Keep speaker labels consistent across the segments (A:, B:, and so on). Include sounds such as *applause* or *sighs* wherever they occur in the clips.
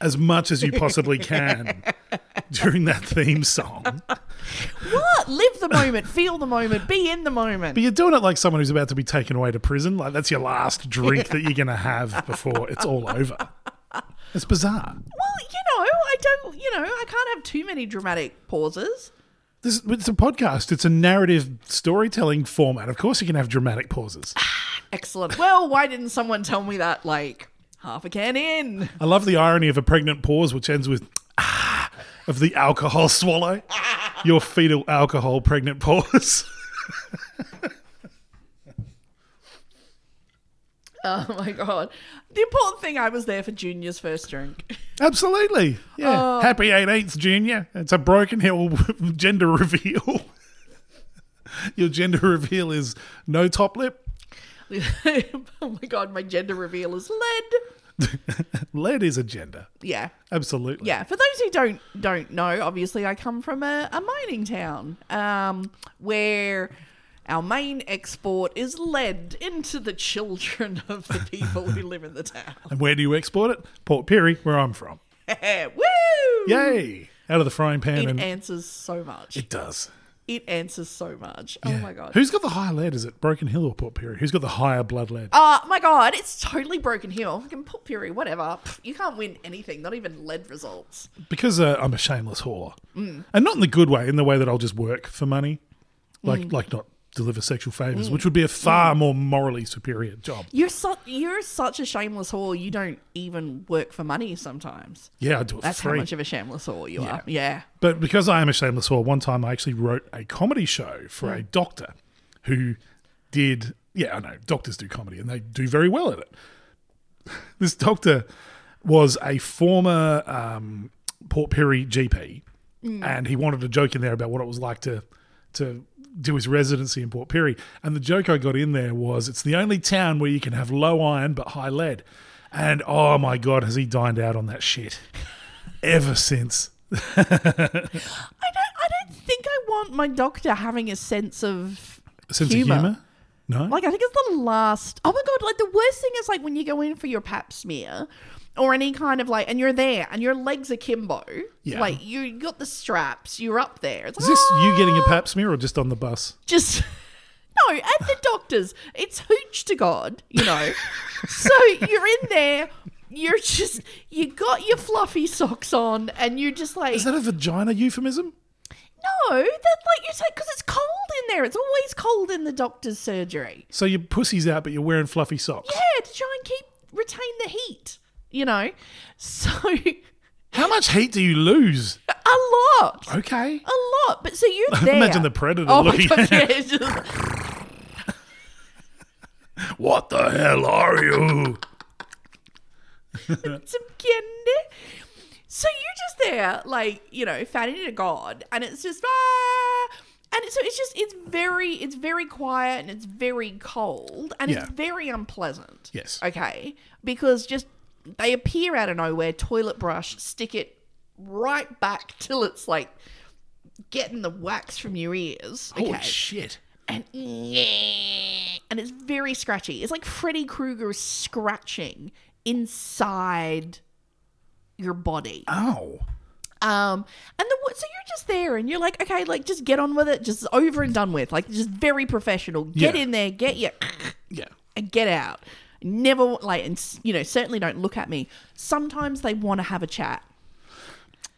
A: as much as you possibly can during that theme song,
B: What? Live the moment, feel the moment, be in the moment.
A: but you're doing it like someone who's about to be taken away to prison. Like that's your last drink that you're going to have before it's all over. It's bizarre.
B: well, you know, I don't, you know, I can't have too many dramatic pauses.
A: This, it's a podcast. It's a narrative storytelling format. Of course, you can have dramatic pauses.
B: Excellent. Well, why didn't someone tell me that like half a can in?
A: I love the irony of a pregnant pause, which ends with ah, of the alcohol swallow. Your fetal alcohol pregnant pause.
B: *laughs* Oh my god. The important thing I was there for Junior's first drink.
A: Absolutely. Yeah.
B: Oh.
A: Happy 18th, Junior. It's a Broken Hill *laughs* gender reveal. Your gender reveal is no top lip.
B: *laughs* oh my god, my gender reveal is lead.
A: Lead is a gender.
B: Yeah.
A: Absolutely.
B: Yeah, for those who don't don't know, obviously I come from a, a mining town um, where our main export is lead into the children *laughs* of the people who live in the town. *laughs*
A: And where do you export it? Port Perry, where I'm from.
B: Woo!
A: Yay. Out of the frying pan.
B: It
A: and
B: answers so much.
A: it does.
B: It answers so much. Oh
A: Yeah.
B: my god.
A: Who's got the higher lead? Is it Broken Hill or Port Perry? Who's got the higher blood lead?
B: Uh, my god, it's totally broken heel. Fucking put puree, whatever. Pff, You can't win anything, not even lead results.
A: because uh, I'm a shameless whore,
B: Mm.
A: and not in the good way, in the way that I'll just work for money, like
B: Mm.
A: like not deliver sexual favors, which would be a far more morally superior job.
B: You're such you're such a shameless whore. You don't even work for money sometimes.
A: Yeah, I do it
B: That's
A: for
B: how
A: free.
B: much of a shameless whore you are. Yeah.
A: But because I am a shameless whore, one time I actually wrote a comedy show for a doctor who did, yeah, I know, doctors do comedy and they do very well at it. *laughs* This doctor was a former um, Port Perry GP and he wanted a joke in there about what it was like to, to do his residency in Port Perry. And the joke I got in there was it's the only town where you can have low iron but high lead. And oh my God, has he dined out on that shit ever since?
B: I don't I don't think I want my doctor having a sense of
A: sense
B: humor.
A: of humor. No,
B: Like I think it's the last Oh my god, like the worst thing is like when you go in for your pap smear or any kind of like and you're there and your legs are kimbo.
A: Yeah.
B: Like you got the straps, you're up there. It's
A: is
B: like,
A: this you getting a
B: "Ah."
A: pap smear or just on the bus?
B: just *laughs* no at the doctor's it's hooch to god you
A: *laughs*
B: know so you're in there you're just you got your fluffy socks on and you're just like
A: Is that a vagina euphemism?
B: no that like you say because it's cold in there it's always cold in the doctor's surgery
A: So your pussy's out, but you're wearing fluffy socks.
B: yeah to try and keep retain the heat you know so *laughs*
A: How much heat do you lose?
B: a lot *laughs*
A: Okay,
B: a lot but so you're
A: *laughs*
B: there
A: Imagine the predator
B: oh my
A: looking
B: God,
A: at-
B: yeah, it's just-
A: what the hell are you?
B: some candy. So you're just there, like you know, fanning to God, and it's just ah, and so it's just it's very it's very quiet and it's very cold and
A: Yeah.
B: it's very unpleasant.
A: Yes.
B: Okay, because just they appear out of nowhere. Toilet brush, stick it right back till it's like getting the wax from your ears. Okay.
A: Holy shit!
B: and and it's very scratchy. It's like Freddy Krueger scratching inside your body.
A: Ow!
B: Um, and the wo- so you're just there, and you're like, okay, like just get on with it, just over and done with. Like just very professional. Get
A: Yeah.
B: in there, get your
A: Yeah,
B: and get out. Never like, and s- you know, certainly don't look at me. Sometimes they want to have a chat.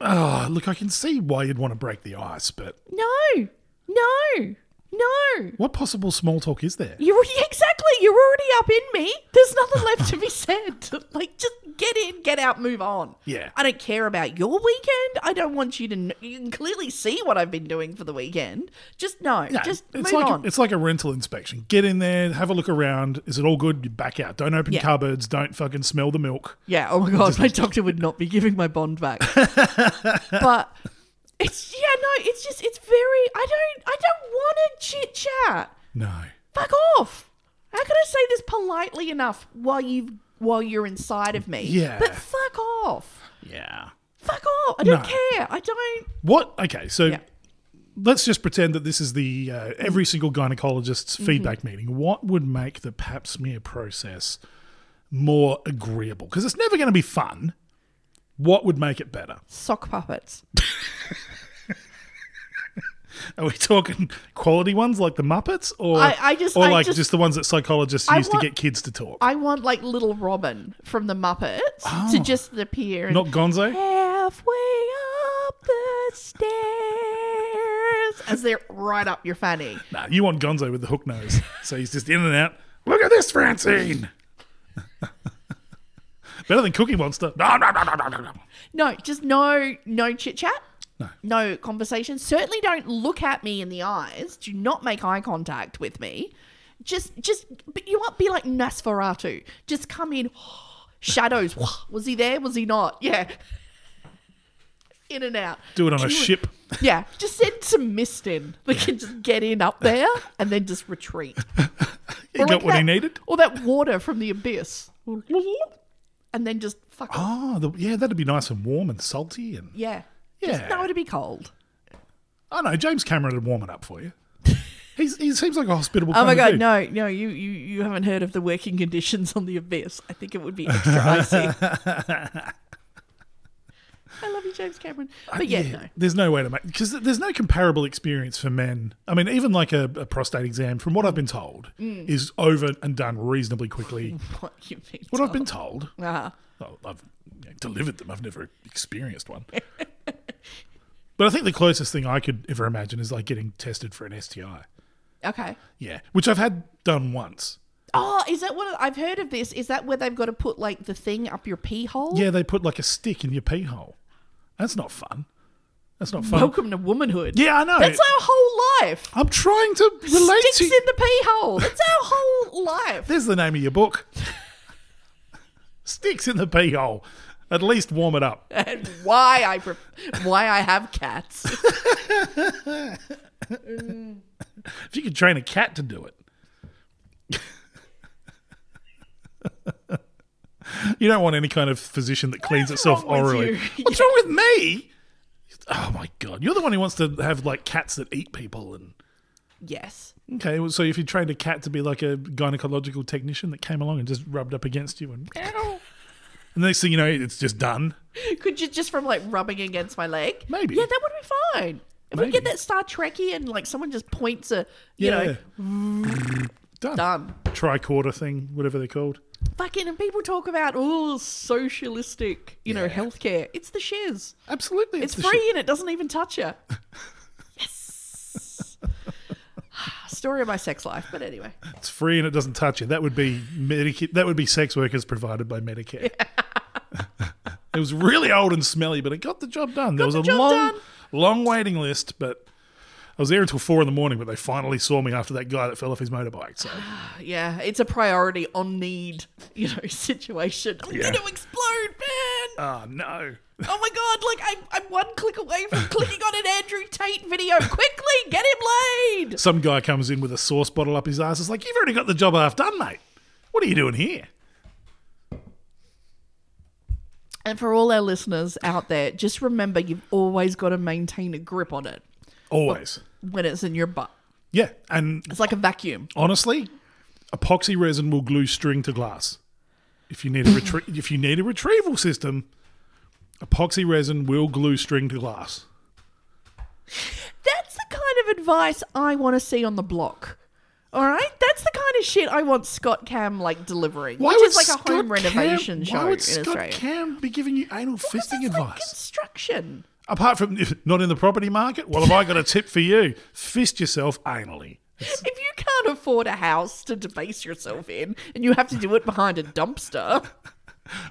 A: oh, look, I can see why you'd want to break the ice, but
B: No, no, no.
A: what possible small talk is there? *laughs*
B: *laughs* You're yeah, exactly. You're already up in me. There's nothing left to be said. *laughs* Like, just Get in, get out, move on.
A: Yeah.
B: I don't care about your weekend. I don't want you to. Kn- you can clearly see what I've been doing for the weekend. Just no.
A: Yeah,
B: just
A: it's
B: move
A: like
B: on.
A: it's like a rental inspection. Get in there, have a look around. Is it all good? You back out. Don't open
B: Yeah.
A: cupboards. Don't fucking smell the milk.
B: Yeah. Oh my god, *laughs* my doctor would not be giving my bond back.
A: *laughs*
B: but it's yeah, no, it's just it's very. I don't. I don't want to chit chat.
A: No.
B: Fuck off. How can I say this politely enough while you while you're inside of me?
A: Yeah.
B: But fuck off.
A: Yeah.
B: Fuck off. I don't
A: No.
B: care. I don't.
A: What? Okay, so
B: Yeah.
A: let's just pretend that this is the uh, every single gynecologist's
B: Mm-hmm.
A: feedback meeting. What would make the pap smear process more agreeable? Because it's never going to be fun. What would make it better?
B: Sock puppets.
A: Are we talking quality ones like the Muppets, or
B: I- I just-
A: or
B: I
A: like
B: just-
A: just, the ones that psychologists
B: I
A: use
B: want-
A: to get kids to talk?
B: I want like little Robin from the Muppets to just appear. And
A: Oh. Not Gonzo.
B: halfway up the stairs as they're right up your fanny.
A: Nah, you want Gonzo with the hook
B: *laughs*
A: nose, so he's just in and out. Look at this, Francine. *laughs* better than Cookie Monster. *laughs* No, no, no, no, no, no, no.
B: No, just no no chit chat. No. conversation. Certainly don't look at me in the eyes. Do not make eye contact with me. Just just but you won't be like Nosferatu. Just come in *gasps*
A: *laughs*
B: shadows. *laughs* Was he there? Was he not? Yeah. *laughs* In and out.
A: Do it on a
B: Anyway.
A: ship.
B: Yeah. Just
A: *laughs*
B: send some mist in that can just get in up there and then
A: *laughs*
B: just retreat.
A: He got what he needed.
B: Or that water from
A: *laughs*
B: the abyss. And then just fuck off.
A: Oh, the, yeah, that'd be nice and warm and salty. And
B: Yeah.
A: Yeah.
B: Just know it'd be cold.
A: I know James Cameron would warm it up for
B: *laughs*
A: you. He's, he seems like a hospitable.
B: Oh my
A: kind of
B: god,
A: dude.
B: no, no, you, you you haven't heard of the working conditions on the abyss. I think it
A: *laughs*
B: would be extra icy. I love you, James Cameron. But yeah, no. *laughs*
A: There's no way to make because there's no comparable experience for men. I mean, even like a, a prostate exam, from what I've been told,
B: Mm.
A: is over and done reasonably
B: *laughs*
A: quickly.
B: What you mean?
A: what I've been told,
B: Uh,
A: oh, I've you know, delivered them. I've never experienced
B: *laughs*
A: one. but I think the closest thing I could ever imagine is like getting tested for an STI.
B: okay.
A: Yeah, which I've had done once.
B: Oh, is that what I've heard of this? Is that where they've got to put like the thing up your pee hole?
A: Yeah, they put like a stick in your pee hole. That's not fun. That's not fun.
B: Welcome to womanhood.
A: Yeah, I know.
B: That's our whole life.
A: I'm trying to relate
B: Sticks
A: to.
B: in the pee hole. That's our whole life.
A: *laughs* There's the name of your book. Sticks in the pee hole. At least warm it up.
B: and why I pre- why I have cats.
A: *laughs* If you could train a cat to do it. *laughs* you don't want any kind of physician that cleans itself
B: wrong with
A: orally.
B: you?
A: What's wrong with me? Oh my god. You're the one who wants to have like cats that eat people and
B: yes.
A: Okay, well, so if you trained a cat to be like a gynecological technician that came along and just rubbed up against you, and, and the next thing you know, it's just done.
B: Could you just from like rubbing against my leg?
A: Maybe.
B: Yeah, that would be fine. If we get
A: Maybe.
B: that Star Trekky and like someone just points a, you know,
A: done.
B: done.
A: Tricorder thing, whatever they're called.
B: Fucking and people talk about oh socialistic, you know, healthcare. It's the shiz.
A: Absolutely,
B: It's,
A: the
B: free
A: shit.
B: and it doesn't even touch
A: *laughs*
B: you. yes. *sighs* Story of my sex life, but anyway.
A: It's free and it doesn't touch you. That would be Medicare. That would be sex workers provided by Medicare. *laughs* it was really old and smelly, but it got the job done. there was
B: the
A: a
B: job
A: long,
B: done.
A: long waiting list, but. I was there until four in the morning, but they finally saw me after that guy that fell off his motorbike.
B: *gasps*
A: So
B: Yeah, it's a priority on need, you know, *laughs* situation. I'm
A: Yeah.
B: gonna explode, man.
A: Ah, no.
B: Oh my god, look, I'm, I'm one click away from clicking on an Andrew Tate video. Quickly, get him laid!
A: Some guy comes in with a sauce bottle up his ass. It's like, you've already got the job half done, mate. What are you doing here?
B: And for all our listeners out there, just remember you've always got to maintain a grip on it
A: Always.
B: when it's in your butt.
A: Yeah. And
B: It's like a vacuum.
A: honestly, epoxy resin will glue string to glass. If you need a retrie- if you need a retrieval system, epoxy resin will glue string to glass.
B: That's the kind of advice I want to see on the block. All right, that's the kind of shit I want Scott Cam like delivering, which is like a home
A: Scott Cam-
B: renovation show
A: Why would
B: in
A: Scott
B: Australia.
A: Cam be giving you anal
B: Because
A: fisting
B: that's like
A: advice?
B: construction.
A: Apart from *laughs* not in the property market, well, have I got a tip for you? Fist yourself anally.
B: If you can't afford a house to debase yourself in and you have to do it behind a dumpster,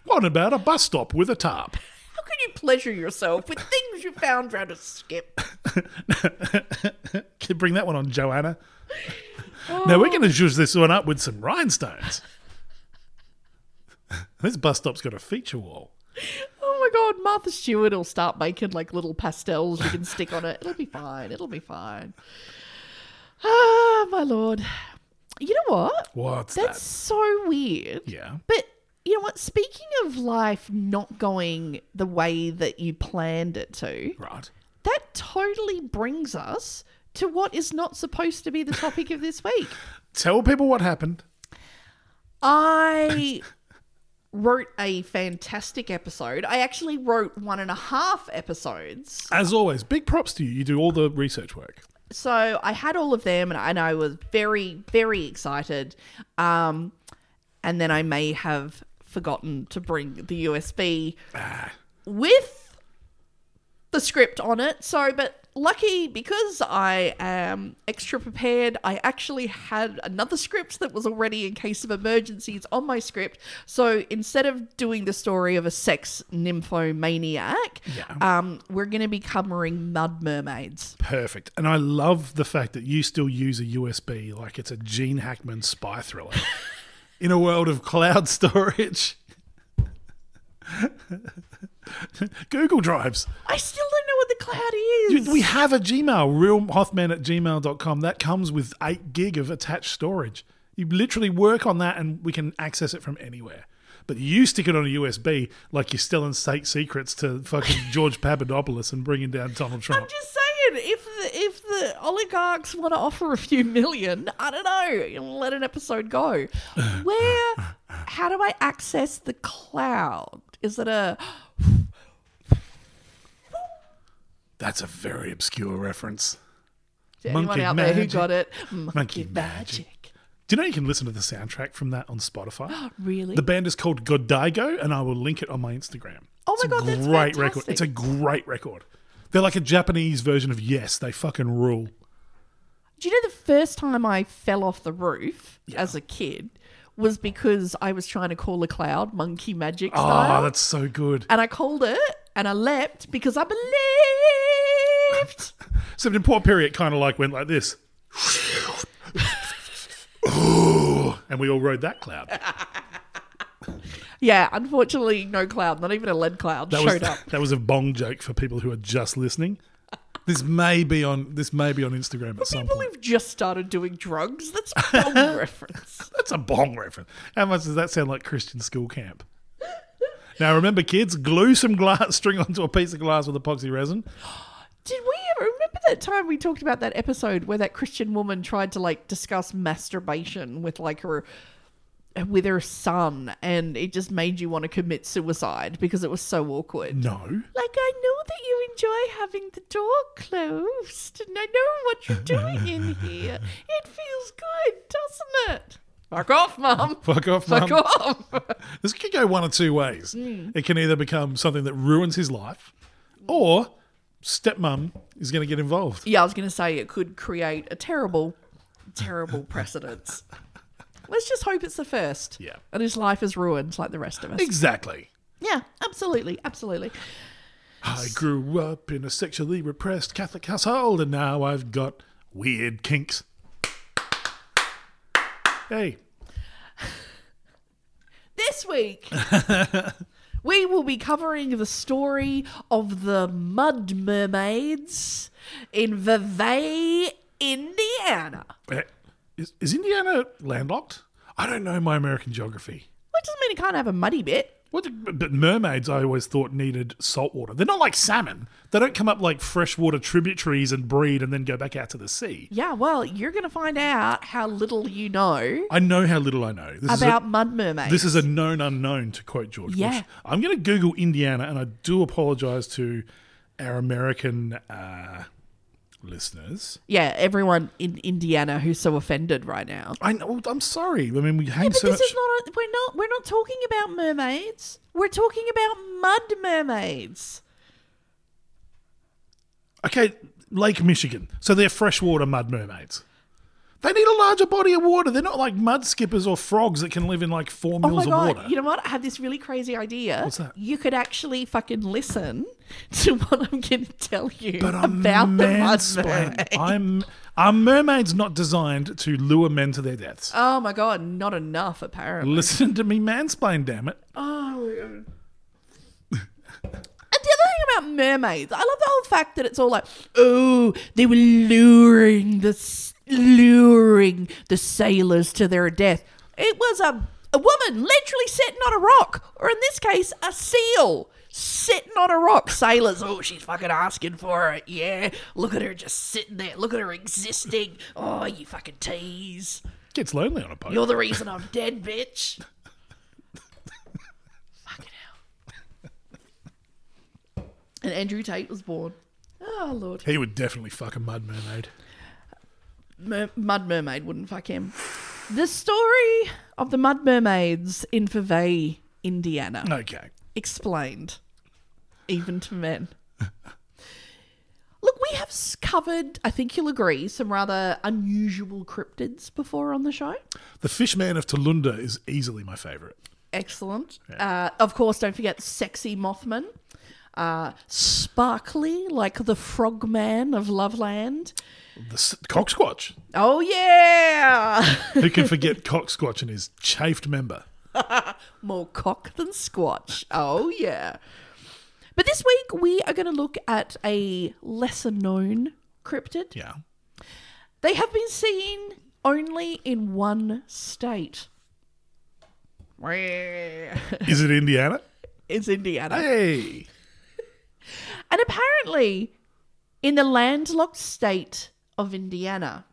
A: What about a bus stop with a tarp?
B: How can you pleasure yourself with things you found round a skip?
A: *laughs* Can you bring that one on, Joanna? Now we're going to zhuzh this one up with some rhinestones. *laughs* this bus stop's got a feature wall.
B: Oh my god, Martha Stewart will start making like little pastels you can stick on it. It'll be fine. It'll be fine. Ah, my lord. You know what?
A: What's
B: That's so weird.
A: that? Yeah.
B: But you know what? Speaking of life not going the way that you planned it to,
A: Right.
B: that totally brings us to what is not supposed to be the topic of this week.
A: Tell people what happened.
B: I wrote a fantastic episode. I actually wrote one and a half episodes.
A: As always, big props to you. You do all the research work.
B: So I had all of them and I, and I was very, very excited. Um, and then I may have forgotten to bring the USB with the script on it. So, but lucky because I am extra prepared, I actually had another script that was already in case of emergencies on my script. So instead of doing the story of a sex nymphomaniac, um, we're going to be covering mud mermaids.
A: Perfect. And I love the fact that you still use a USB like it's a Gene Hackman spy thriller *laughs* in a world of cloud *laughs* storage. Google Drives.
B: I still don't know what the cloud is.
A: We have a Gmail, realhoffman at gmail.com. That comes with 8 gig of attached storage. You literally work on that and we can access it from anywhere. But you stick it on a USB like you're selling state secrets to
B: *laughs*
A: fucking George Papadopoulos and bringing down Donald Trump.
B: I'm just saying, if the, if the oligarchs want to offer a few million, I don't know, you know, let an episode
A: *sighs*
B: go. Where, how do I access the cloud? Is it a.
A: That's a very obscure reference.
B: to anyone
A: Monkey
B: out there who
A: magic.
B: got it?
A: Monkey magic. Do you know you can listen to the soundtrack from that on Spotify?
B: *gasps*
A: *gasps*
B: Really?
A: The band is called Godigo, and I will link it on my Instagram.
B: Oh
A: It's
B: my
A: a
B: God, that's
A: great record.
B: fantastic.
A: It's a great record. They're like a Japanese version of Yes. They fucking rule.
B: Do you know the first time I fell off the roof as a kid was because I was trying to call a cloud monkey magic style?
A: Oh, that's so good.
B: and I called it and I leapt because I believed.
A: Except in Port Perry, it kind of like went like
B: *laughs*
A: this. Ooh, and we all rode that
B: *laughs*
A: cloud.
B: yeah, unfortunately, no cloud, not even a lead cloud
A: That was *laughs*
B: showed up.
A: that was a bong joke for people who are just listening. This may be on this may be on Instagram at some
B: People
A: point.
B: who've just started doing
A: *laughs*
B: drugs, that's a wrong reference.
A: That's a bong reference. How much does that sound like Christian school camp? Now remember, kids, glue some glass *laughs* string onto a piece of glass with epoxy resin.
B: Did we ever remember that time we talked about that episode where that Christian woman tried to like discuss masturbation with like her with her son and it just made you want to commit suicide because it was so awkward.
A: No.
B: Like, I know that you enjoy having the door closed, and I know what you're doing
A: *laughs*
B: in here. It feels good, doesn't it? Fuck
A: *laughs*
B: off, Mum.
A: Fuck off,
B: Fuck
A: mum.
B: off.
A: *laughs* This could go one of two ways. It can either become something that ruins his life, or stepmom is going to get involved.
B: yeah, I was going to say it could create a terrible,
A: *laughs*
B: terrible precedence. Let's just hope it's the first.
A: Yeah.
B: And his life is ruined like the rest of us.
A: Exactly.
B: Yeah, absolutely. Absolutely.
A: I grew up in a sexually repressed Catholic household, and now I've got weird kinks. Hey,
B: This week,
A: *laughs*
B: we will be covering the story of the Mud Mermaids in Vevey, Indiana.
A: eh, is, is Indiana landlocked? I don't know my American geography.
B: Which doesn't mean it can't have a muddy bit.
A: What the- but but mermaids, I always thought needed salt water. They're not like salmon. They don't come up like freshwater tributaries and breed and then go back out to the sea.
B: Yeah, well, you're going to find out how little you know
A: I know how little I know. This
B: about
A: is
B: mud
A: a,
B: mermaids.
A: this is a known unknown, to quote George
B: Yeah.
A: Bush. I'm going to Google Indiana, and I do apologize to our American uh, listeners.
B: yeah, everyone in Indiana who's so offended right now.
A: I know, I'm sorry. I mean, we hang
B: But
A: so
B: this
A: much.
B: is not. A, we're not. We're not talking about mermaids. We're talking about mud mermaids.
A: okay, Lake Michigan. So they're freshwater mud mermaids. They need a larger body of water. They're not like mud skippers or frogs that can live in like four
B: Oh
A: mils
B: my god!
A: of water.
B: You know what? I had this really crazy idea.
A: What's that?
B: You could actually fucking listen *laughs* to what I'm going to tell you
A: but I'm
B: about the mud
A: mansplaining.
B: mermaid.
A: I'm are mermaids not designed to lure men to their deaths?
B: Oh my god! Not enough, apparently.
A: Listen to me mansplain, damn it.
B: Oh, And the other thing about mermaids, I love the whole fact that it's all like, oh, they were luring the s- luring the sailors to their death. It was a a woman literally sitting on a rock, or in this case, a seal sitting on a rock. Sailors, oh, she's fucking asking for it. Yeah, look at her just sitting there. Look at her existing. Oh, you fucking tease.
A: Gets lonely on a boat.
B: You're the reason I'm dead, bitch. *laughs* Fucking hell. And Andrew Tate was born. Oh, Lord.
A: he would definitely fuck a mud mermaid.
B: Mer- Mud Mermaid wouldn't fuck him. The story of the Mud Mermaids in Vevey, Indiana.
A: Okay.
B: explained, even to men. Look, we have s- covered, I think you'll agree, some rather unusual cryptids before on the show.
A: The fishman of Tulunda is easily my favorite.
B: Excellent. Uh, of course, don't forget Sexy Mothman. Uh, sparkly like the frogman of Loveland.
A: The s- cock squatch.
B: Oh, yeah! *laughs*
A: Who can forget cock squatch and his chafed member?
B: More cock than squatch. Oh, yeah. But this week, we are going to look at a lesser known cryptid.
A: Yeah.
B: They have been seen only in one state. *laughs* it's
A: Is it Indiana?
B: Indiana.
A: Hey.
B: And apparently, in the landlocked state of Indiana,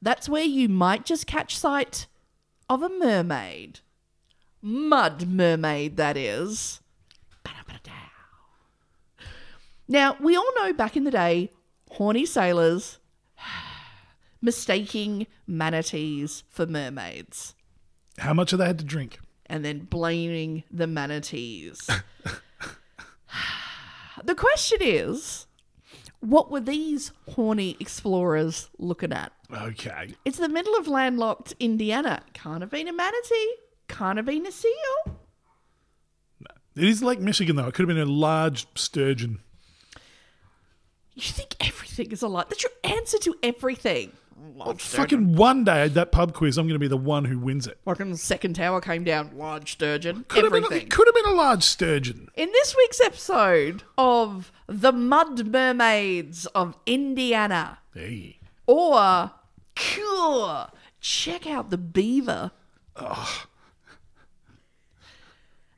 B: that's where you might just catch sight of a mermaid. Mud mermaid, that is. Now, we all know back in the day, horny sailors *sighs* mistaking manatees for mermaids
A: How much have they had to drink?
B: and then blaming the
A: *laughs*
B: manatees. the question is what were these horny explorers looking at?
A: Okay.
B: It's the middle of landlocked Indiana. Can't have been a manatee, can't have been a seal.
A: It is Lake Michigan, though. It could have been a large sturgeon.
B: You think everything is a lie. That's your answer to everything.
A: Fucking one day at that pub quiz, I'm going to be the one who wins it.
B: Fucking second tower came down, large sturgeon,
A: Could have been,
B: everything.
A: it could have been a large sturgeon.
B: In this week's episode of The Mud Mermaids of Indiana,
A: Hey.
B: Or cool. Check out the beaver.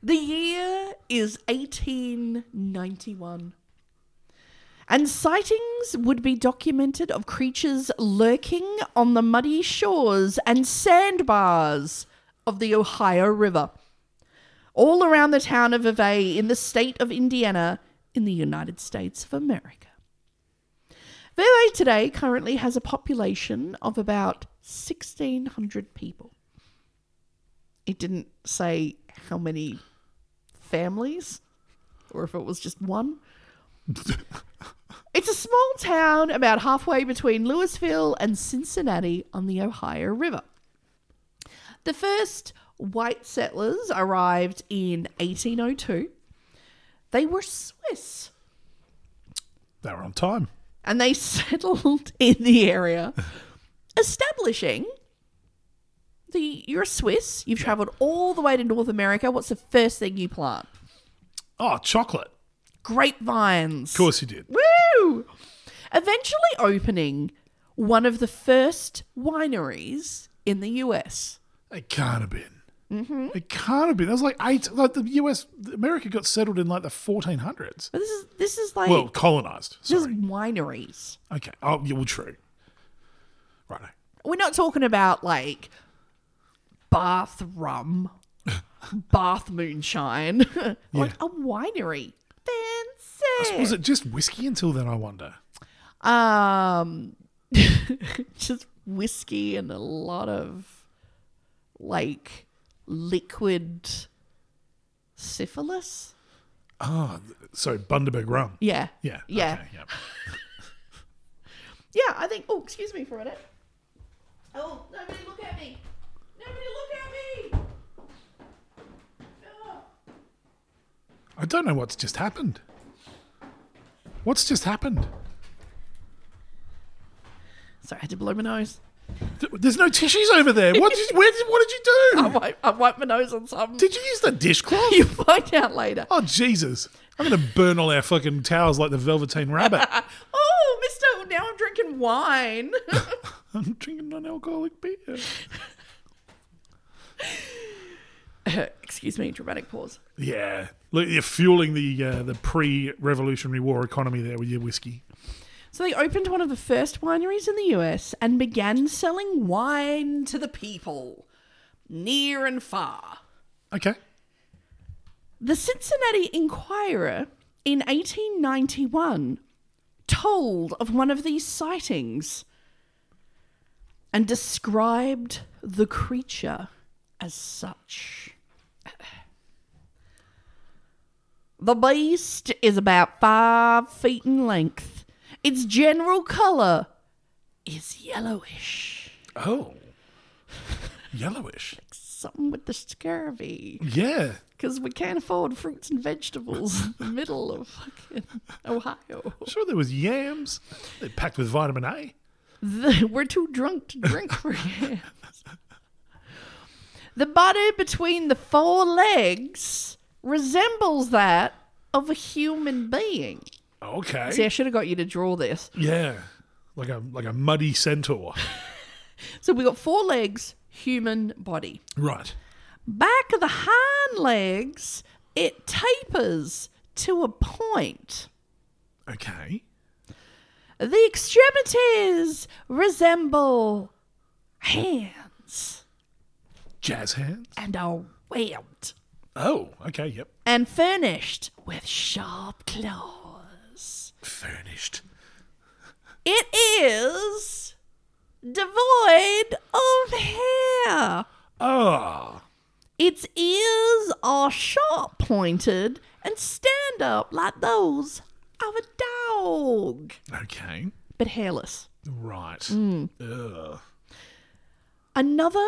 B: The year is 1891. And sightings would be documented of creatures lurking on the muddy shores and sandbars of the Ohio River, all around the town of Vevey in the state of Indiana in the United States of America. Vevey today currently has a population of about 1,600 people. It didn't say how many families or if it was just one. it's a small town about halfway between Louisville and Cincinnati on the Ohio River. The first white settlers arrived in 1802. They were Swiss
A: They were on time.
B: and they *laughs* settled in the area, establishing the. You're a Swiss. You've travelled all the way to North America. What's the first thing you plant?
A: Oh, chocolate. Of
B: Grapevines.
A: course you did.
B: Woo! Eventually opening one of the first wineries in the US.
A: It can't have been. Mm-hmm. It can't have been. That was like eight. Like the US, America got settled in like the 1400s.
B: But this is this is like
A: Well, colonized.
B: this is
A: Sorry.
B: wineries.
A: Okay. Oh, yeah, well, true. Right.
B: We're not talking about like bath
A: *laughs*
B: rum, bath moonshine, *laughs* like a winery. Fancy.
A: Was it just whiskey until then, I wonder?
B: Um, *laughs* just whiskey and a lot of like liquid syphilis.
A: So, Bundaberg rum.
B: Yeah.
A: Yeah.
B: Yeah.
A: okay, yeah.
B: Yeah. I think. Oh, excuse me for a minute. Oh, nobody look at me! Nobody look at me! Oh.
A: I don't know what's just happened. What's just happened?
B: Sorry, I had to blow my nose.
A: *laughs* Th- There's no tissues over there. What did, where did, what did you
B: I
A: do?
B: *laughs* wipe, I wipe my nose on something.
A: Did you use the dishcloth?
B: *laughs* you find out later.
A: Oh, Jesus. I'm going to burn all our fucking towels like the Velveteen
B: *laughs*
A: Rabbit.
B: Oh, mister, now I'm drinking wine. *laughs*
A: I'm drinking non alcoholic beer.
B: Excuse me, dramatic pause.
A: Yeah. Look, you're fueling the uh, the pre Revolutionary War economy there with your whiskey.
B: So they opened one of the first wineries in the US and began selling wine to the people, near and far.
A: Okay.
B: The Cincinnati Inquirer in 1891 told of one of these sightings and described the creature as such. The beast is about five feet in length. Its general colour is yellowish.
A: Oh. *laughs* Yellowish.
B: Something with the scurvy.
A: Yeah.
B: because we can't afford fruits and vegetables in the middle of fucking Ohio.
A: Sure, there was yams. They're packed with vitamin A.
B: The- we're too drunk to drink for yams. The body between the four legs resembles that of a human being.
A: Okay.
B: See, I should have got you to draw this.
A: Yeah. Like a like a muddy centaur.
B: So we got four legs, human body.
A: right.
B: Back of the hind legs, it tapers to a point.
A: Okay.
B: The extremities resemble hands
A: Jazz hands.
B: and are webbed
A: Oh, okay, yep.
B: and furnished with sharp claws.
A: Furnished.
B: It is devoid of hair.
A: Ah.
B: Its ears are sharp pointed and stand up like those of a dog,
A: Okay.
B: but hairless.
A: Right. Ugh.
B: Another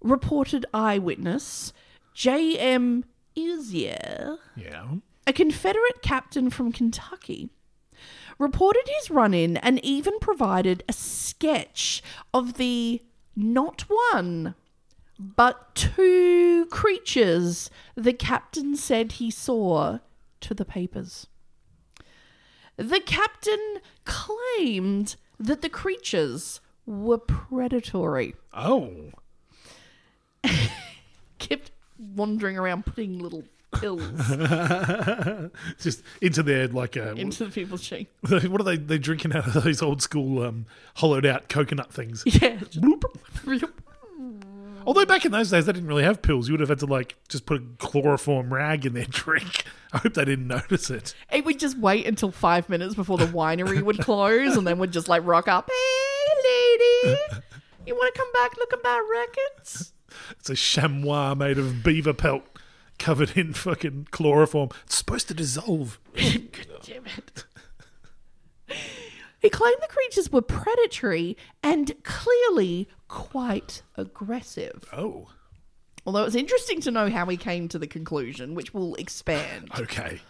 B: reported eyewitness, J.M. Izier,
A: Yeah.
B: a Confederate captain from Kentucky, reported his run in and even provided a sketch of the not one, but two creatures the captain said he saw to the papers. The captain claimed that the creatures were predatory
A: Oh.
B: kept wandering around putting little pills
A: *laughs* Just into their like uh,
B: into the people's cheek.
A: *laughs* what are they they drinking out of those old school um, hollowed out coconut things?
B: *laughs* Yeah.
A: Bloop. Although back in those days they didn't really have pills. You would have had to like just put a chloroform rag in their *laughs* drink. I hope they didn't notice it.
B: It would just wait until five minutes before the winery would close and then would just like rock up. Hey, lady, you want to come back look about records? *coughs*
A: It's a chamois made of beaver pelt covered in fucking chloroform. It's supposed to dissolve.
B: Damn it. He claimed the creatures were predatory and clearly quite aggressive.
A: Oh.
B: Although it's interesting to know how he came to the conclusion, which we'll expand.
A: Okay.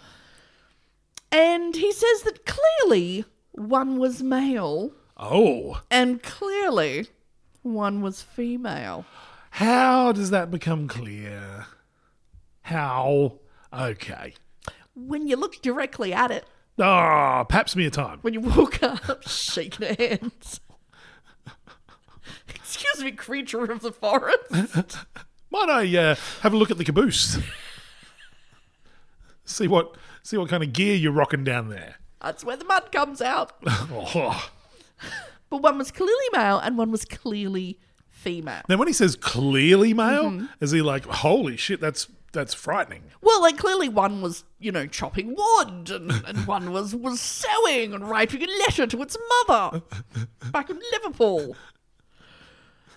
B: And he says that clearly one was male
A: Oh.
B: and clearly one was female.
A: How does that become clear? How? Okay.
B: When you look directly at it,
A: Ah, perhaps me a time.
B: when you walk *laughs* up, shake their hands. *laughs* Excuse me, creature of the forest.
A: Might I uh, have a look at the caboose? *laughs* see what see what kind of gear you're rocking down there.
B: That's where the mud comes out.
A: Oh.
B: But one was clearly male and one was clearly female.
A: Now, when he says clearly male, is he like, holy shit, that's that's frightening?
B: Well, like clearly one was, you know, chopping wood and, and one was was sewing and writing a letter to its mother back in Liverpool.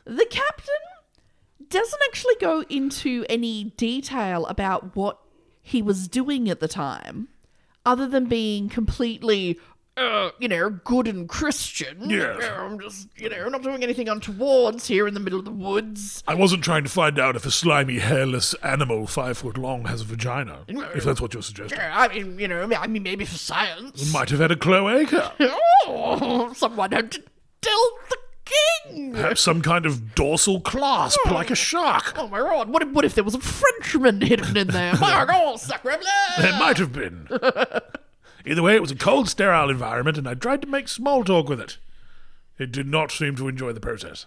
B: The captain doesn't actually go into any detail about what he was doing at the time, other than being completely uh, you know, good and Christian.
A: Yes.
B: Uh, I'm just, you know, not doing anything untowards here in the middle of the woods.
A: I wasn't trying to find out if a slimy, hairless animal five foot long has a vagina, if that's what you're suggesting.
B: Uh, I mean, you know, I mean, maybe for science.
A: Might have had a cloaca.
B: Oh, someone had to tell the king.
A: Perhaps some kind of dorsal clasp, like a shark.
B: Oh my god, what if, what if there was a Frenchman hidden in *laughs* there? my god, sacre bleu!
A: There might have been. Either way, it was a cold, sterile environment, and I tried to make small talk with it. It did not seem to enjoy the process.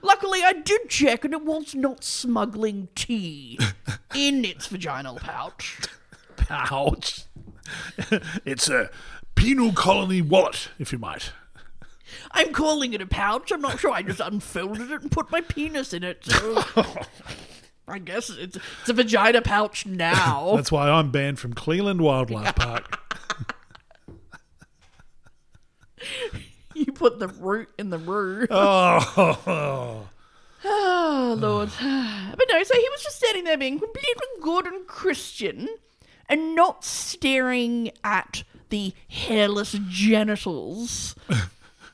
B: Luckily, I did check, and it was not smuggling tea in its vaginal pouch.
A: Ouch. it's a penal colony wallet, if you might.
B: I'm calling it a pouch. I'm not sure. I just unfolded it and put my penis in it. *laughs* So I guess it's, it's a vagina pouch now.
A: That's why I'm banned from Cleveland Wildlife Park.
B: you put the root in the root.
A: oh,
B: Oh, Lord. *sighs* but no, so he was just standing there being completely good and Christian and not staring at the hairless genitals
A: *laughs*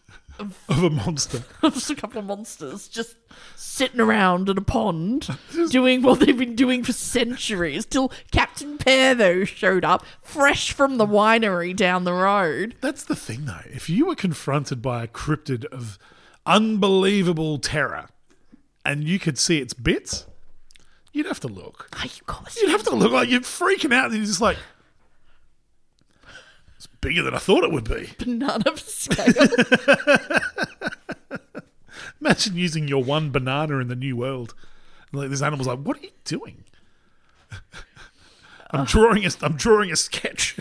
B: *laughs*
A: of a monster.
B: of just a couple of monsters just sitting around in a *laughs* pond doing what they've been doing for centuries till Captain Pervo showed up fresh from the winery down the road.
A: That's the thing, though. If you were confronted by a cryptid of unbelievable terror and you could see its bits, you'd have to look.
B: Are you guys?
A: You'd have to look like you're freaking out and you're just like, it's bigger than I thought it would be.
B: Banana of scale.
A: Imagine using your one banana in the new world. Like this animal's like, what are you doing? I'm drawing a, I'm drawing a sketch.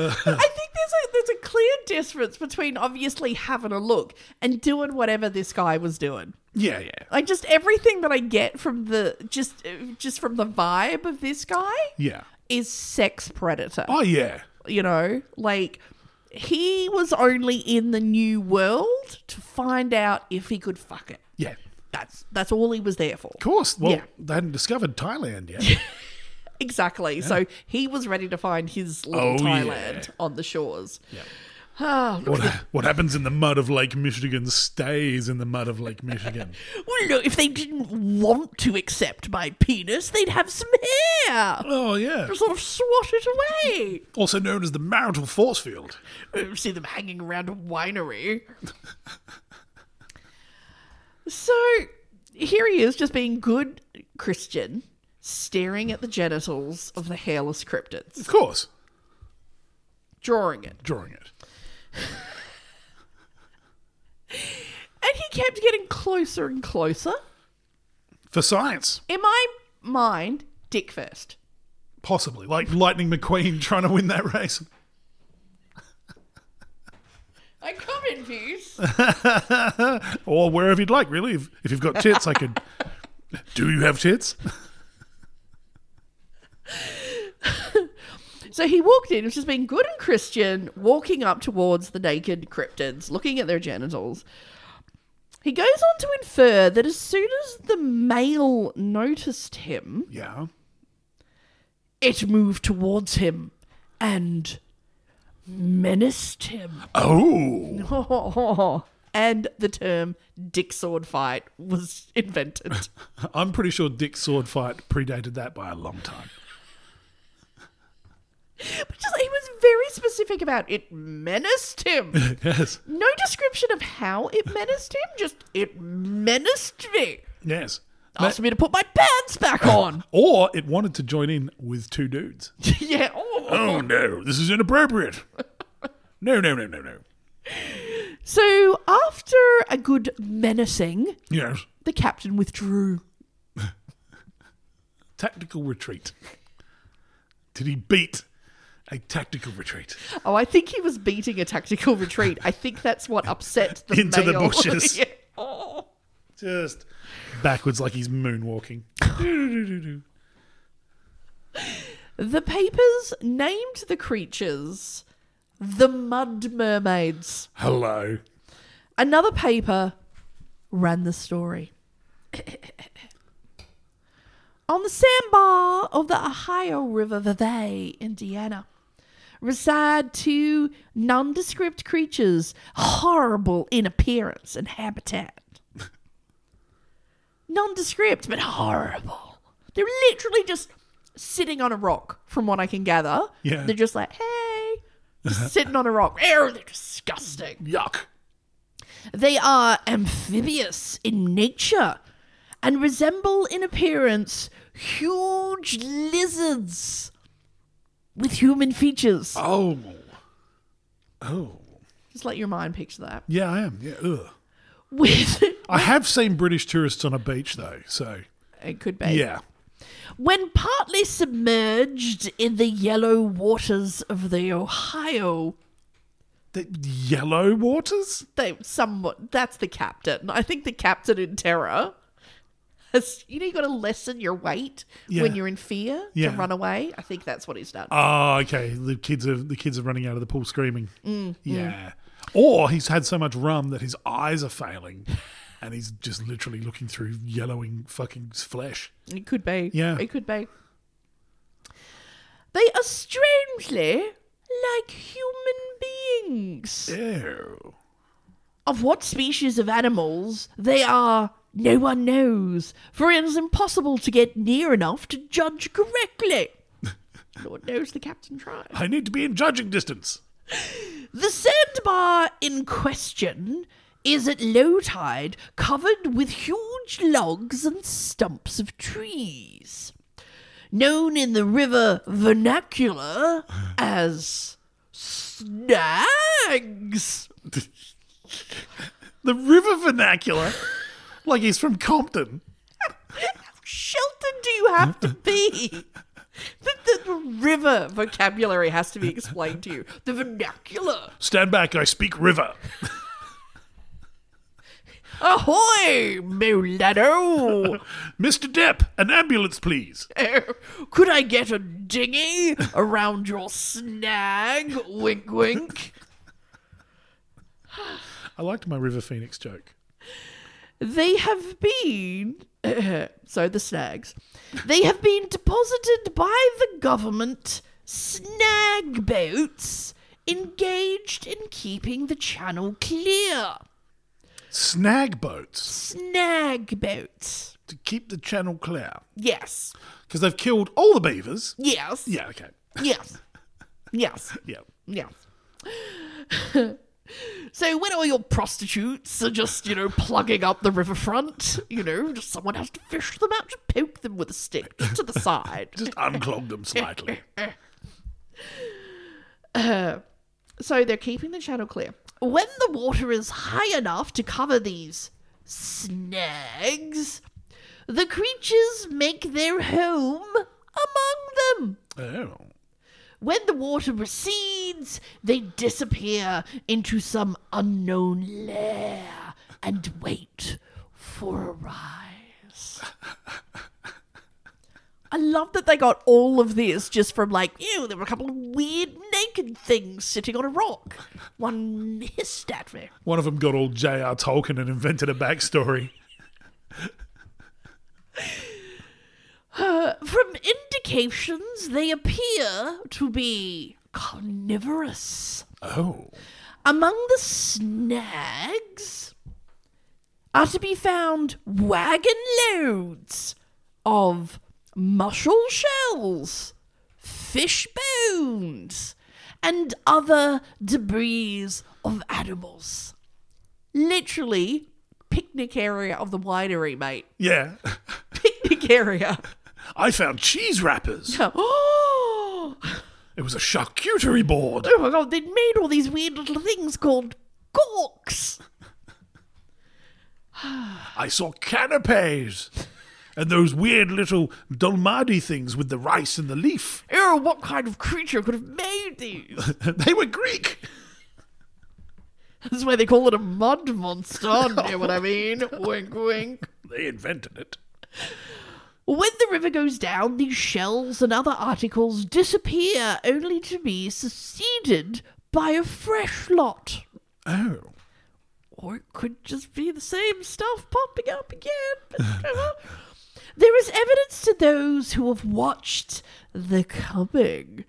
B: I think there's a there's a clear difference between obviously having a look and doing whatever this guy was doing.
A: Yeah, yeah,
B: Like just everything that I get from the just uh, just from the vibe of this guy
A: yeah.
B: is sex predator.
A: Oh yeah,
B: You know, like he was only in the new world to find out if he could fuck it.
A: yeah.
B: That's that's all he was there for.
A: Of course. Well,
B: Yeah.
A: they hadn't discovered Thailand yet.
B: Exactly. So he was ready to find his little
A: Oh,
B: Thailand
A: yeah.
B: on the shores.
A: what, what happens in the mud of Lake Michigan stays in the mud of Lake Michigan.
B: Well, no, if they didn't want to accept my penis, they'd have some hair.
A: *laughs* oh yeah.
B: Sort of swat it
A: Also known as the marital force field.
B: away. Uh, See them hanging around a winery. so here he is, just being good Christian, staring at the genitals of the hairless cryptids,
A: Of course,
B: drawing it.
A: drawing it.
B: And he kept getting closer and closer.
A: For science,
B: In my mind, dick first.
A: possibly. Like Lightning McQueen trying to win that race.
B: I come in peace.
A: or wherever you'd like, really. If, if you've got tits, I could. *laughs* Do you have tits?
B: So he walked in, was just being good and Christian, walking up towards the naked cryptids, looking at their genitals. He goes on to infer that as soon as the male noticed him,
A: Yeah.
B: it moved towards him and menaced him. *laughs*
A: Oh,
B: and the term dick sword fight was invented.
A: I'm pretty sure Dick's sword fight predated that by a long time.
B: but just, he was very specific about it menaced him.
A: *laughs* Yes,
B: No description of how it menaced him, just it menaced me.
A: yes.
B: Asked me to put my pants back *laughs* on.
A: Or it wanted to join in with two dudes.
B: yeah. Oh.
A: Oh no, this is inappropriate. No, no, no, no, no.
B: So after a good menacing,
A: Yes,
B: the captain withdrew.
A: tactical retreat. Did he beat a tactical retreat
B: Oh, I think he was beating a tactical retreat. I think that's what upset the
A: Into the
B: male. *laughs*
A: bushes.
B: Yeah. Oh.
A: just backwards like he's moonwalking?
B: The papers named the creatures the mud mermaids.
A: Hello.
B: Another paper ran the story. On the sandbar of the Ohio River Valley, Indiana, reside two nondescript creatures, horrible in appearance and habitat. nondescript, but horrible. They're literally just sitting on a rock, from what I can gather.
A: Yeah.
B: They're just like, hey, just sitting on a rock. Ew, they're disgusting.
A: Yuck.
B: They are amphibious in nature and resemble in appearance huge lizards with human features.
A: Oh. Oh.
B: Just let your mind picture that. *laughs*
A: Yeah, I am. Yeah. Ugh.
B: With
A: I have seen British tourists on a beach though, so
B: it could be.
A: yeah.
B: When partly submerged in the yellow waters of the Ohio,
A: The yellow waters?
B: they somewhat that's the captain. I think the captain in terror has you know you gotta lessen your weight
A: Yeah.
B: when you're in fear
A: Yeah.
B: to run away. I think that's what he's done.
A: Oh, okay. The kids are the kids are running out of the pool screaming. yeah. Or he's had so much rum that his eyes are failing *laughs* and he's just literally looking through yellowing fucking flesh.
B: It could be.
A: Yeah.
B: It could be. They are strangely like human beings.
A: Ew.
B: Of what species of animals they are, no one knows, for it is impossible to get near enough to judge correctly. Lord knows the captain tried.
A: I need to be in judging distance.
B: The sandbar in question is at low tide covered with huge logs and stumps of trees. Known in the river vernacular as snags.
A: The river vernacular. like he's from Compton.
B: Shelton, do you have to be? The, the river vocabulary has to be explained to you. The vernacular.
A: Stand back, I speak river. *laughs*
B: Ahoy, mulatto!
A: Mr. Depp, an ambulance, please.
B: Could I get a dinghy around your snag? Wink, wink.
A: I liked my River Phoenix joke.
B: They have been. *laughs* so the snags. They have been deposited by the government snag boats engaged in keeping the channel clear.
A: Snag boats
B: Snag boats.
A: to keep the channel clear
B: Yes.
A: because they've killed all the beavers.
B: Yes.
A: Yeah, okay.
B: Yes. Yes.
A: Yeah.
B: Yeah. *laughs* so when all your prostitutes are just, you know, plugging up the riverfront, you know, just someone has to fish them out, just poke them with a stick just to the side.
A: Just unclog them slightly.
B: So they're keeping the channel clear. When the water is high enough to cover these snags, the creatures make their home among them.
A: Oh.
B: When the water recedes, they disappear into some unknown lair and wait for a rise. I love that they got all of this just from like, ew, there were a couple of weird naked things sitting on a rock. One hissed at me.
A: One of them got all J.R. Tolkien and invented a backstory.
B: From indications, they appear to be carnivorous.
A: Oh.
B: Among the snags are to be found wagon loads of mussel shells, fish bones, and other debris of animals. Literally, picnic area of the winery, mate. *laughs*
A: Yeah. *laughs*
B: Picnic area.
A: I found cheese
B: *laughs*
A: wrappers.
B: oh
A: It was a charcuterie board.
B: oh my god, they'd made all these weird little things called corks.
A: I saw canapes. And those weird little dolmadi things with the rice and the leaf. *laughs*
B: Oh, what kind of creature could have made these?
A: they were Greek.
B: That's why they call it a mud monster. You know what *laughs* I mean? wink, wink.
A: They invented it.
B: When the river goes down, these shells and other articles disappear, only to be succeeded by a fresh lot.
A: Oh.
B: Or it could just be the same stuff popping up again. *laughs* but whatever. there is evidence to those who have watched the coming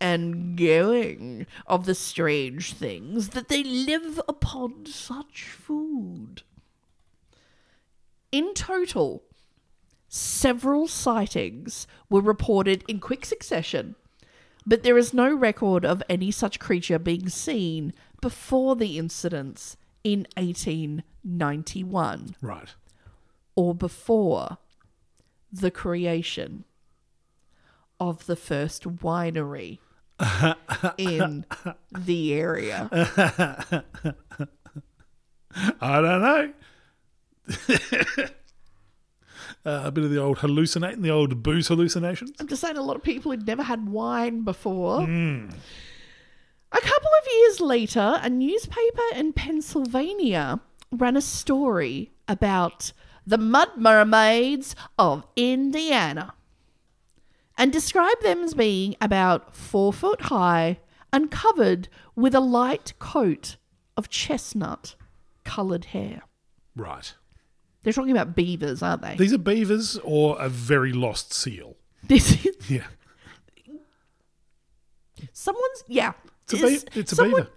B: and going of the strange things that they live upon such food. In total, several sightings were reported in quick succession, but there is no record of any such creature being seen before the incidents in 1891
A: Right.
B: or before the creation of the first winery in the area.
A: I don't know. *laughs* uh, a bit of the old hallucinating, the old booze hallucinations.
B: I'm just saying a lot of people had never had wine before. A couple of years later, a newspaper in Pennsylvania ran a story about the mud mermaids of Indiana and described them as being about four foot high and covered with a light coat of chestnut coloured hair.
A: Right.
B: They're talking about beavers, aren't they?
A: These are beavers or a very lost seal.
B: *laughs* This is
A: Yeah.
B: someone's, yeah.
A: It's a, be- it's a beaver.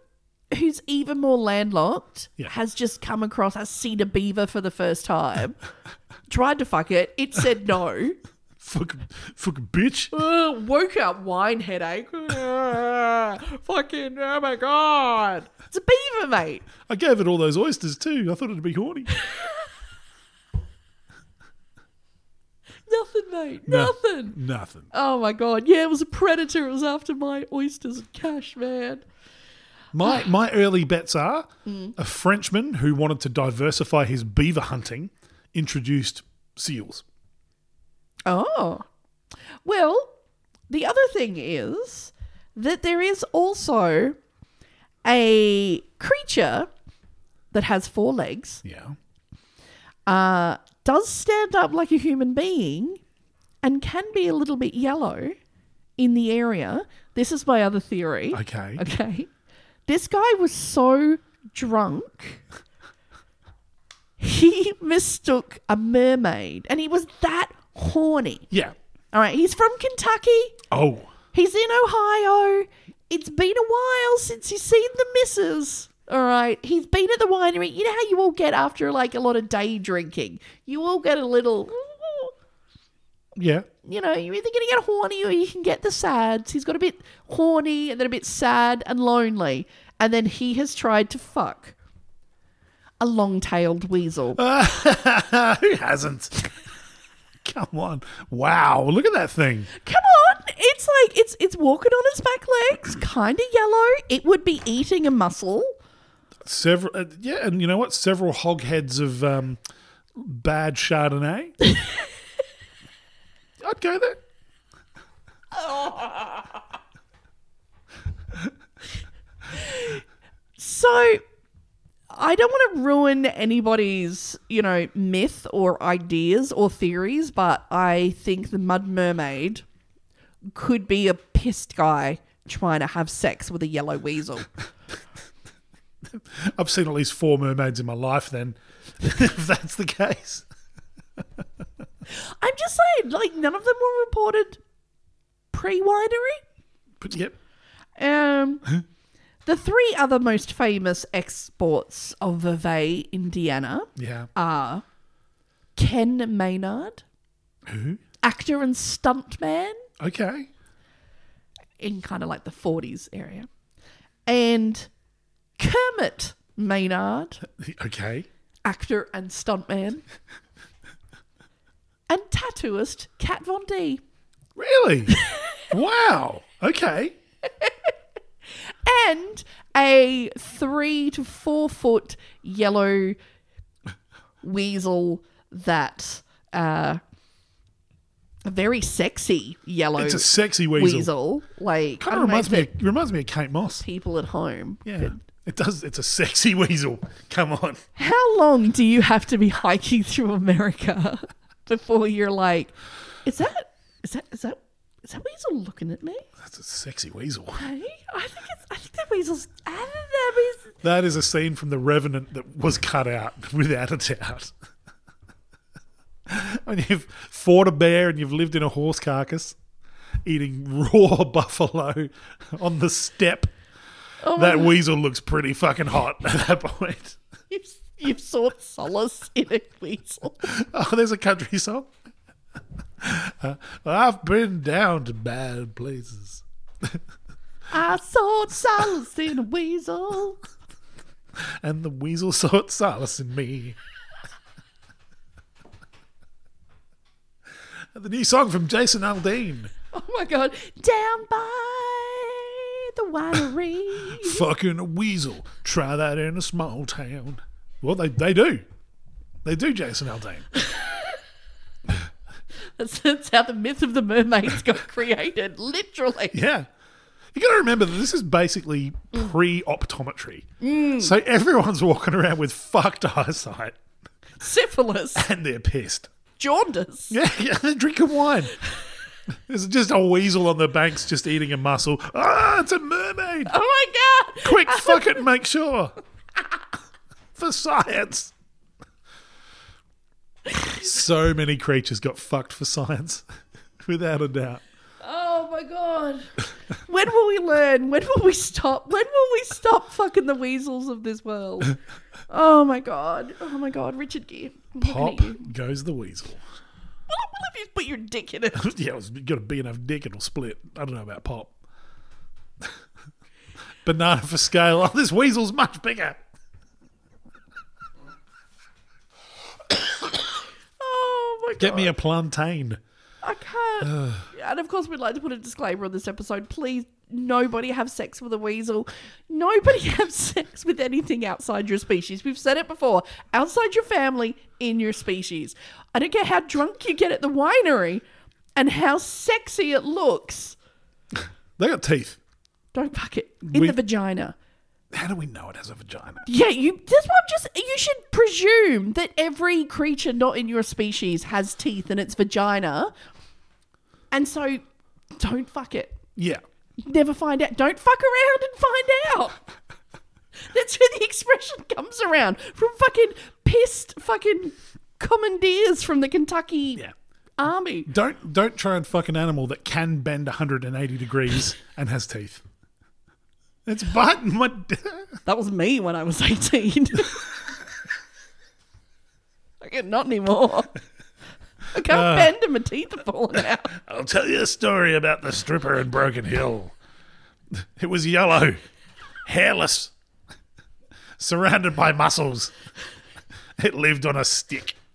B: who's even more landlocked
A: Yeah.
B: has just come across has seen a beaver for the first time *laughs* tried to fuck it it said no
A: Fuck, fuck bitch.
B: *laughs* Ugh, woke up wine headache *laughs* Ugh, fucking oh my god it's a beaver mate
A: I gave it all those oysters too. I thought it'd be *laughs* horny.
B: nothing mate
A: No.
B: nothing
A: Nothing.
B: oh my god yeah it was a predator it was after my oysters and cash man
A: My my early bets are a Frenchman who wanted to diversify his beaver hunting introduced seals.
B: Oh. Well, the other thing is that there is also a creature that has four legs,
A: Yeah.
B: uh, does stand up like a human being, and can be a little bit yellow in the area. This is my other theory.
A: Okay.
B: Okay. This guy was so drunk. He *laughs* mistook a mermaid and he was that horny.
A: Yeah.
B: All right, he's from Kentucky.
A: Oh.
B: He's in Ohio. It's been a while since he's seen the missus. All right, he's been at the winery. You know how you all get after like a lot of day drinking. You all get a little,
A: Yeah. *laughs*
B: you know, you're either going to get horny or you can get the sads. He's got a bit horny and then a bit sad and lonely, and then he has tried to fuck a long-tailed weasel.
A: Uh. Who hasn't? *laughs* Come on. Wow. Look at that thing.
B: Come on, it's like it's it's walking on its back legs, kind of yellow. It would be eating a mussel.
A: Several. Uh, yeah. And you know what? Several hog heads of um, bad Chardonnay. *laughs* I'd go there.
B: So I don't want to ruin anybody's, you know, myth or ideas or theories, but I think the mud mermaid could be a pissed guy trying to have sex with a yellow weasel.
A: I've seen at least four mermaids in my life. Then, *laughs* if that's the case.
B: I'm just saying, like none of them were reported pre-winery.
A: But yep.
B: Um, the three other most famous exports of Vevey, Indiana
A: Yeah.
B: are Ken Maynard,
A: Who?
B: actor and stuntman
A: Okay.
B: in kind of like the 40s area, and Kermit Maynard,
A: Okay.
B: actor and stuntman, *laughs* and tattooist Kat Von D.
A: Really? *laughs* wow. Okay.
B: and a three to four foot yellow weasel that uh a very sexy yellow
A: It's a sexy
B: weasel.
A: weasel.
B: like I
A: Kind
B: don't
A: of
B: know
A: reminds
B: if
A: me.
B: the
A: Of, reminds me of Kate Moss.
B: people at home
A: Yeah. It does. It's a sexy *laughs* weasel. Come on.
B: how long do you have to be hiking through america *laughs* before you're like is that is that is that is that weasel looking at me?
A: That's a sexy weasel.
B: Hey, I think it's. I think that weasel's. I think that weasel.
A: That is a scene from The Revenant that was cut out *laughs* without a doubt. when you've fought a bear and you've lived in a horse carcass eating raw *laughs* buffalo on the step.
B: Oh,
A: That weasel looks pretty fucking hot *laughs* at that point.
B: you've, you've sought solace in a weasel.
A: Oh, there's a country song. *laughs* Uh, I've been down to bad places.
B: I sought solace in a weasel.
A: and the weasel *laughs* sought solace in me. the new song from Jason Aldean.
B: *laughs* Oh my god. Down by the *laughs* winery.
A: Fucking a weasel. Try that in a small town. Well, they, they do. They do, Jason Aldean.
B: That's, that's how the myth of the mermaids got created, literally.
A: Yeah. You got to remember that this is basically pre optometry. So everyone's walking around with fucked eyesight
B: Syphilis,
A: and they're pissed.
B: jaundice.
A: Yeah, *laughs* yeah, they're drinking wine. *laughs* There's just a weasel on the banks just eating a mussel. Ah, it's a mermaid.
B: Oh my god.
A: Quick, fuck it, make sure. For science. So many creatures got fucked for science, *laughs* without a doubt.
B: Oh my god. *laughs* When will we learn? When will we stop? When will we stop fucking the weasels of this world? Oh my god. Oh my god. Richard Gere. I'm looking at
A: Pop
B: you.
A: goes the weasel. *laughs*
B: Well, well, if you put your dick *laughs* in it.
A: yeah, it's got a big enough dick, it'll split. I don't know about pop. *laughs* Banana for scale. Oh, this weasel's much bigger.
B: Oh my god.
A: Get me a plantain.
B: I can't. *sighs* and of course, we'd like to put a disclaimer on this episode. Please, nobody have sex with a weasel. Nobody *laughs* have sex with anything outside your species. We've said it before. Outside your family, in your species. I don't care how drunk you get at the winery and how sexy it looks.
A: They got teeth.
B: Don't fuck it in
A: We-
B: the vagina.
A: How do we know it has a vagina?
B: Yeah, you. That's what I'm just. You should presume that every creature not in your species has teeth in its vagina, and so don't fuck it.
A: Yeah.
B: never find out. Don't fuck around and find out. *laughs* That's where the expression comes around from fucking pissed fucking commandeers from the Kentucky
A: Yeah.
B: army.
A: Don't don't try and fuck an animal that can bend 180 *laughs* degrees and has teeth. It's biting my. d-
B: That was me when I was *laughs* 18. okay, not anymore. I can't bend and my teeth are falling out.
A: I'll tell you a story about the stripper in Broken Hill. *laughs* It was yellow, hairless, surrounded by muscles. *laughs* It lived on a stick. *laughs*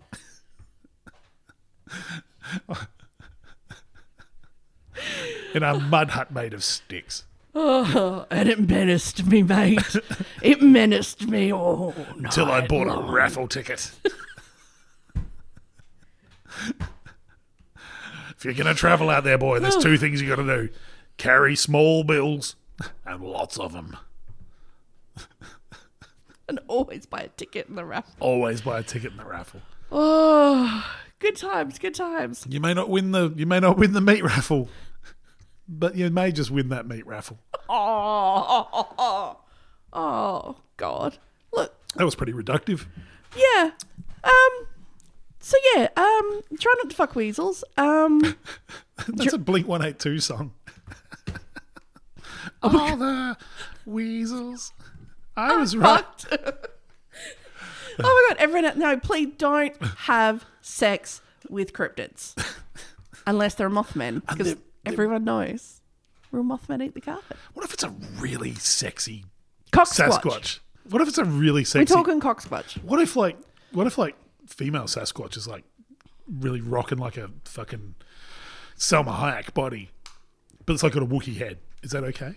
A: In a mud hut made of sticks.
B: And it menaced me, mate. It menaced me all night.
A: Till I bought a raffle ticket. if you're going to travel out there, boy, there's two things you got to do carry small bills and lots of them.
B: And always buy a ticket in the raffle.
A: Always buy a ticket in the raffle.
B: Oh, good times, good times.
A: You may not win the you may not win the meat raffle, but you may just win that meat raffle.
B: Oh, oh, oh, oh, oh, God. Look,
A: That was pretty reductive.
B: yeah. Um, so yeah, um, try not to fuck weasels. Um,
A: That's a Blink One Eight Two song. *laughs* All the weasels. I was right.
B: fucked. *laughs* oh my God, everyone, out- no, please don't have sex with cryptids. Unless they're Mothmen, because
A: they're- they're-
B: everyone knows. Real Mothmen eat the carpet.
A: What if it's a really sexy
B: Cock
A: Sasquatch.
B: squatch.
A: What if it's a really
B: We're
A: sexy?
B: talking cock squatch.
A: what if like what if like female Sasquatch is like really rocking like a fucking Selma Hayek body, but it's like got a Wookiee head. Is that okay?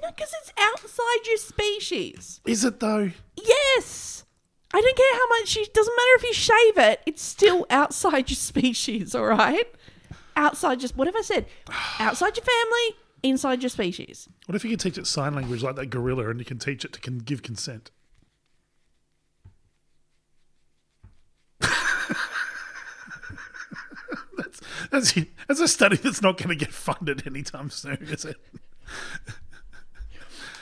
B: No, because it's outside your species.
A: Is it though?
B: Yes. I don't care how much you doesn't matter if you shave it, it's still outside your *laughs* species, all right? Outside just what have I said? Outside your family, inside your species.
A: What if you could teach it sign language like that gorilla, and you can teach it to can give consent? *laughs* that's, that's that's a study that's not going to get funded anytime soon, is it?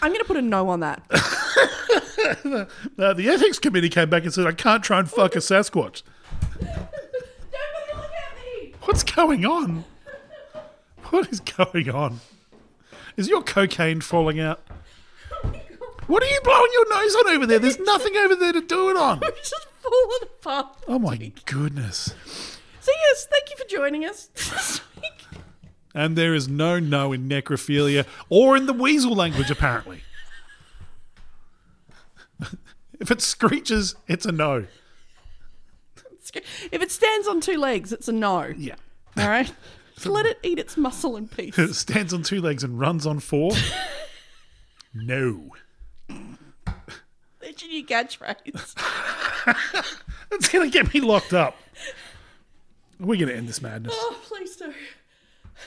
B: I'm gonna put a no on that.
A: Uh, the ethics committee came back and said, "I can't try and fuck a Sasquatch."
B: don't fucking look at me!
A: What's going on? What is going on? Is your cocaine falling out?
B: *laughs*
A: What are you blowing your nose on over there? There's nothing over there to do it on.
B: It's just falling apart.
A: Oh my goodness.
B: So yes, thank you for joining us *laughs* this week.
A: And there is no no in necrophilia or in the weasel language, apparently. *laughs* if it screeches, it's a no.
B: If it stands on two legs, it's a no.
A: Yeah.
B: All right. Just let it eat its muscle
A: *laughs*
B: in peace.
A: It *laughs* stands on two legs and runs on four. no.
B: That's your new catchphrase. *laughs*
A: That's going to get me locked up. We're going to end this madness.
B: oh, please do.